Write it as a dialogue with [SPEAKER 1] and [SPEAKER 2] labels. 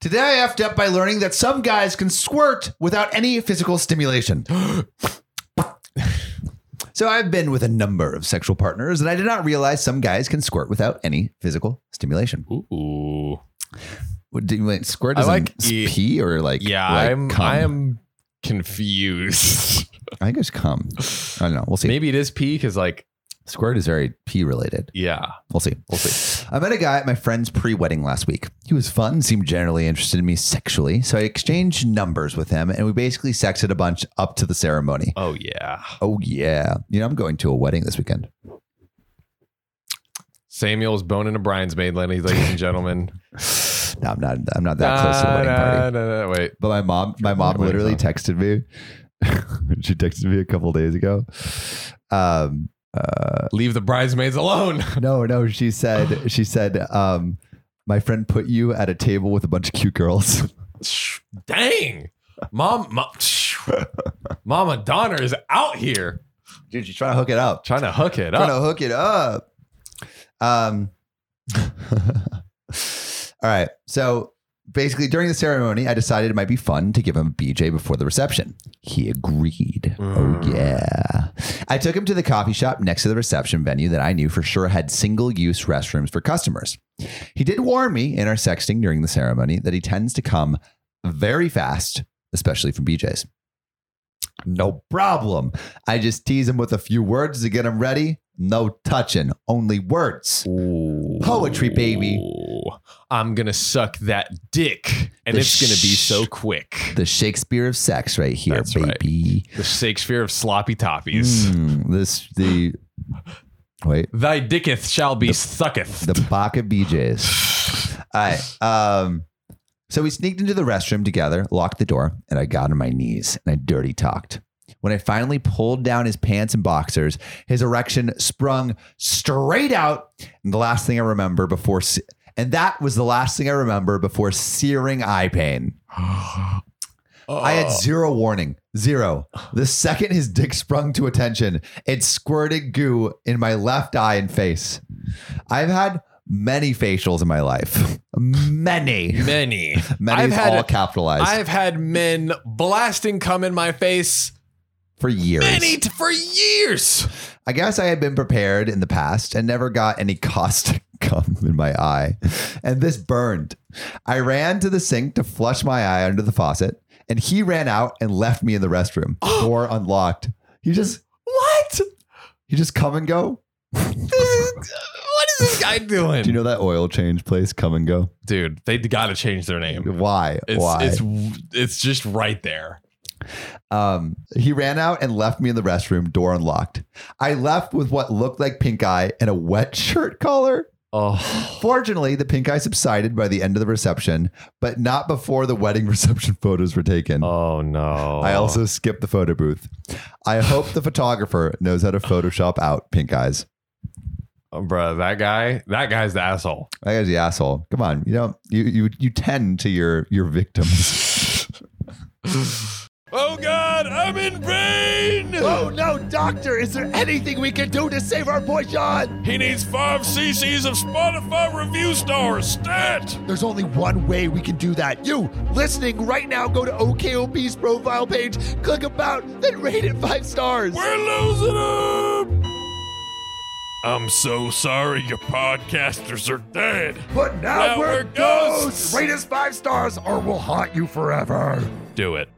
[SPEAKER 1] Today I effed up by learning that some guys can squirt without any physical stimulation. so I've been with a number of sexual partners, and I did not realize some guys can squirt without any physical stimulation.
[SPEAKER 2] Ooh.
[SPEAKER 1] What do you mean? Squirt
[SPEAKER 2] I
[SPEAKER 1] is
[SPEAKER 2] like
[SPEAKER 1] like
[SPEAKER 2] e-
[SPEAKER 1] pee or like
[SPEAKER 2] Yeah,
[SPEAKER 1] like
[SPEAKER 2] I'm
[SPEAKER 1] cum?
[SPEAKER 2] I am confused.
[SPEAKER 1] I think it's cum. I don't know. We'll see.
[SPEAKER 2] Maybe it is pee because like
[SPEAKER 1] Squirt is very pee related.
[SPEAKER 2] yeah.
[SPEAKER 1] We'll see.
[SPEAKER 2] We'll see.
[SPEAKER 1] I met a guy at my friend's pre wedding last week. He was fun, seemed generally interested in me sexually. So I exchanged numbers with him and we basically sexted a bunch up to the ceremony.
[SPEAKER 2] Oh yeah.
[SPEAKER 1] Oh, yeah. You know, I'm going to a wedding this weekend.
[SPEAKER 2] Samuel's boning a bridesmaid, ladies and gentlemen.
[SPEAKER 1] No, I'm not. I'm not that close to the wedding
[SPEAKER 2] Da,
[SPEAKER 1] party.
[SPEAKER 2] da, da, da, wait.
[SPEAKER 1] But my mom, my mom
[SPEAKER 2] Wedding
[SPEAKER 1] literally
[SPEAKER 2] song.
[SPEAKER 1] texted me. she texted me a couple days ago. Um, uh,
[SPEAKER 2] Leave the bridesmaids alone.
[SPEAKER 1] no, no. She said, she said, um, my friend put you at a table with a bunch of cute girls.
[SPEAKER 2] Dang. Mom, mom Mama Donner is out here
[SPEAKER 1] Dude, she's trying to hook it up.
[SPEAKER 2] trying to hook it
[SPEAKER 1] trying
[SPEAKER 2] up.
[SPEAKER 1] to hook it up. Um. all right. So basically, during the ceremony, I decided it might be fun to give him a BJ before the reception. He agreed.
[SPEAKER 2] Mm.
[SPEAKER 1] Oh yeah. I took him to the coffee shop next to the reception venue that I knew for sure had single-use restrooms for customers. He did warn me in our sexting during the ceremony that he tends to come very fast, especially from BJ's. No problem. I just tease him with a few words to get him ready. No touching, only words. Poetry, baby.
[SPEAKER 2] Ooh. I'm gonna suck that dick, and
[SPEAKER 1] The
[SPEAKER 2] it's gonna be
[SPEAKER 1] sh-
[SPEAKER 2] so quick.
[SPEAKER 1] The Shakespeare of sex, right here,
[SPEAKER 2] That's right.
[SPEAKER 1] baby.
[SPEAKER 2] The Shakespeare of sloppy toppies.
[SPEAKER 1] Mm, this the wait
[SPEAKER 2] Thy dicketh shall be sucketh.
[SPEAKER 1] the Baka BJ's. All right. Um, so we sneaked into the restroom together, locked the door, and I got on my knees and I dirty talked. When I finally pulled down his pants and boxers, his erection sprung straight out. And the last thing I remember before, se- and that was the last thing I remember before searing eye pain.
[SPEAKER 2] Oh.
[SPEAKER 1] I had zero warning. Zero. The second his dick sprung to attention, it squirted goo in my left eye and face. I've had many facials in my life. Many.
[SPEAKER 2] many.
[SPEAKER 1] Many
[SPEAKER 2] I've
[SPEAKER 1] is
[SPEAKER 2] had
[SPEAKER 1] all capitalized
[SPEAKER 2] I've had men blasting cum in my face
[SPEAKER 1] for years.
[SPEAKER 2] many t- for years.
[SPEAKER 1] I guess I had been prepared in the past and never got any caustic cum in my eye. And this burned. I ran to the sink to flush my eye under the faucet, and he ran out and left me in the restroom,
[SPEAKER 2] Oh.
[SPEAKER 1] door unlocked. He just
[SPEAKER 2] What?
[SPEAKER 1] he just come and go.
[SPEAKER 2] This is, what is this guy doing?
[SPEAKER 1] Do you know that oil change place, Come and Go?
[SPEAKER 2] Dude, they gotta change their name.
[SPEAKER 1] Why?
[SPEAKER 2] It's
[SPEAKER 1] Why?
[SPEAKER 2] it's it's just right there.
[SPEAKER 1] um, he ran out and left me in the restroom, door unlocked. I left with what looked like pink eye and a wet shirt collar.
[SPEAKER 2] Oh,
[SPEAKER 1] Fortunately, the pink eye subsided by the end of the reception, but not before the wedding reception photos were taken.
[SPEAKER 2] oh no.
[SPEAKER 1] I also skipped the photo booth. I hope the photographer knows how to Photoshop out pink eyes.
[SPEAKER 2] Oh, bro, that guy, that guy's the asshole.
[SPEAKER 1] That guy's the asshole. Come on, you know you you you tend to your your victims.
[SPEAKER 2] Oh God, I'm in pain.
[SPEAKER 1] Oh no, doctor! Is there anything we can do to save our boy John?
[SPEAKER 2] He needs five cc's of Spotify review stars. Stat.
[SPEAKER 1] There's only one way we can do that. You listening right now, go to OKOP's profile page, click about, then rate it five stars.
[SPEAKER 2] We're losing him. I'm so sorry, your podcasters are dead.
[SPEAKER 1] But
[SPEAKER 2] now we're ghosts.
[SPEAKER 1] Rate us five stars, or we'll haunt you forever.
[SPEAKER 2] Do it.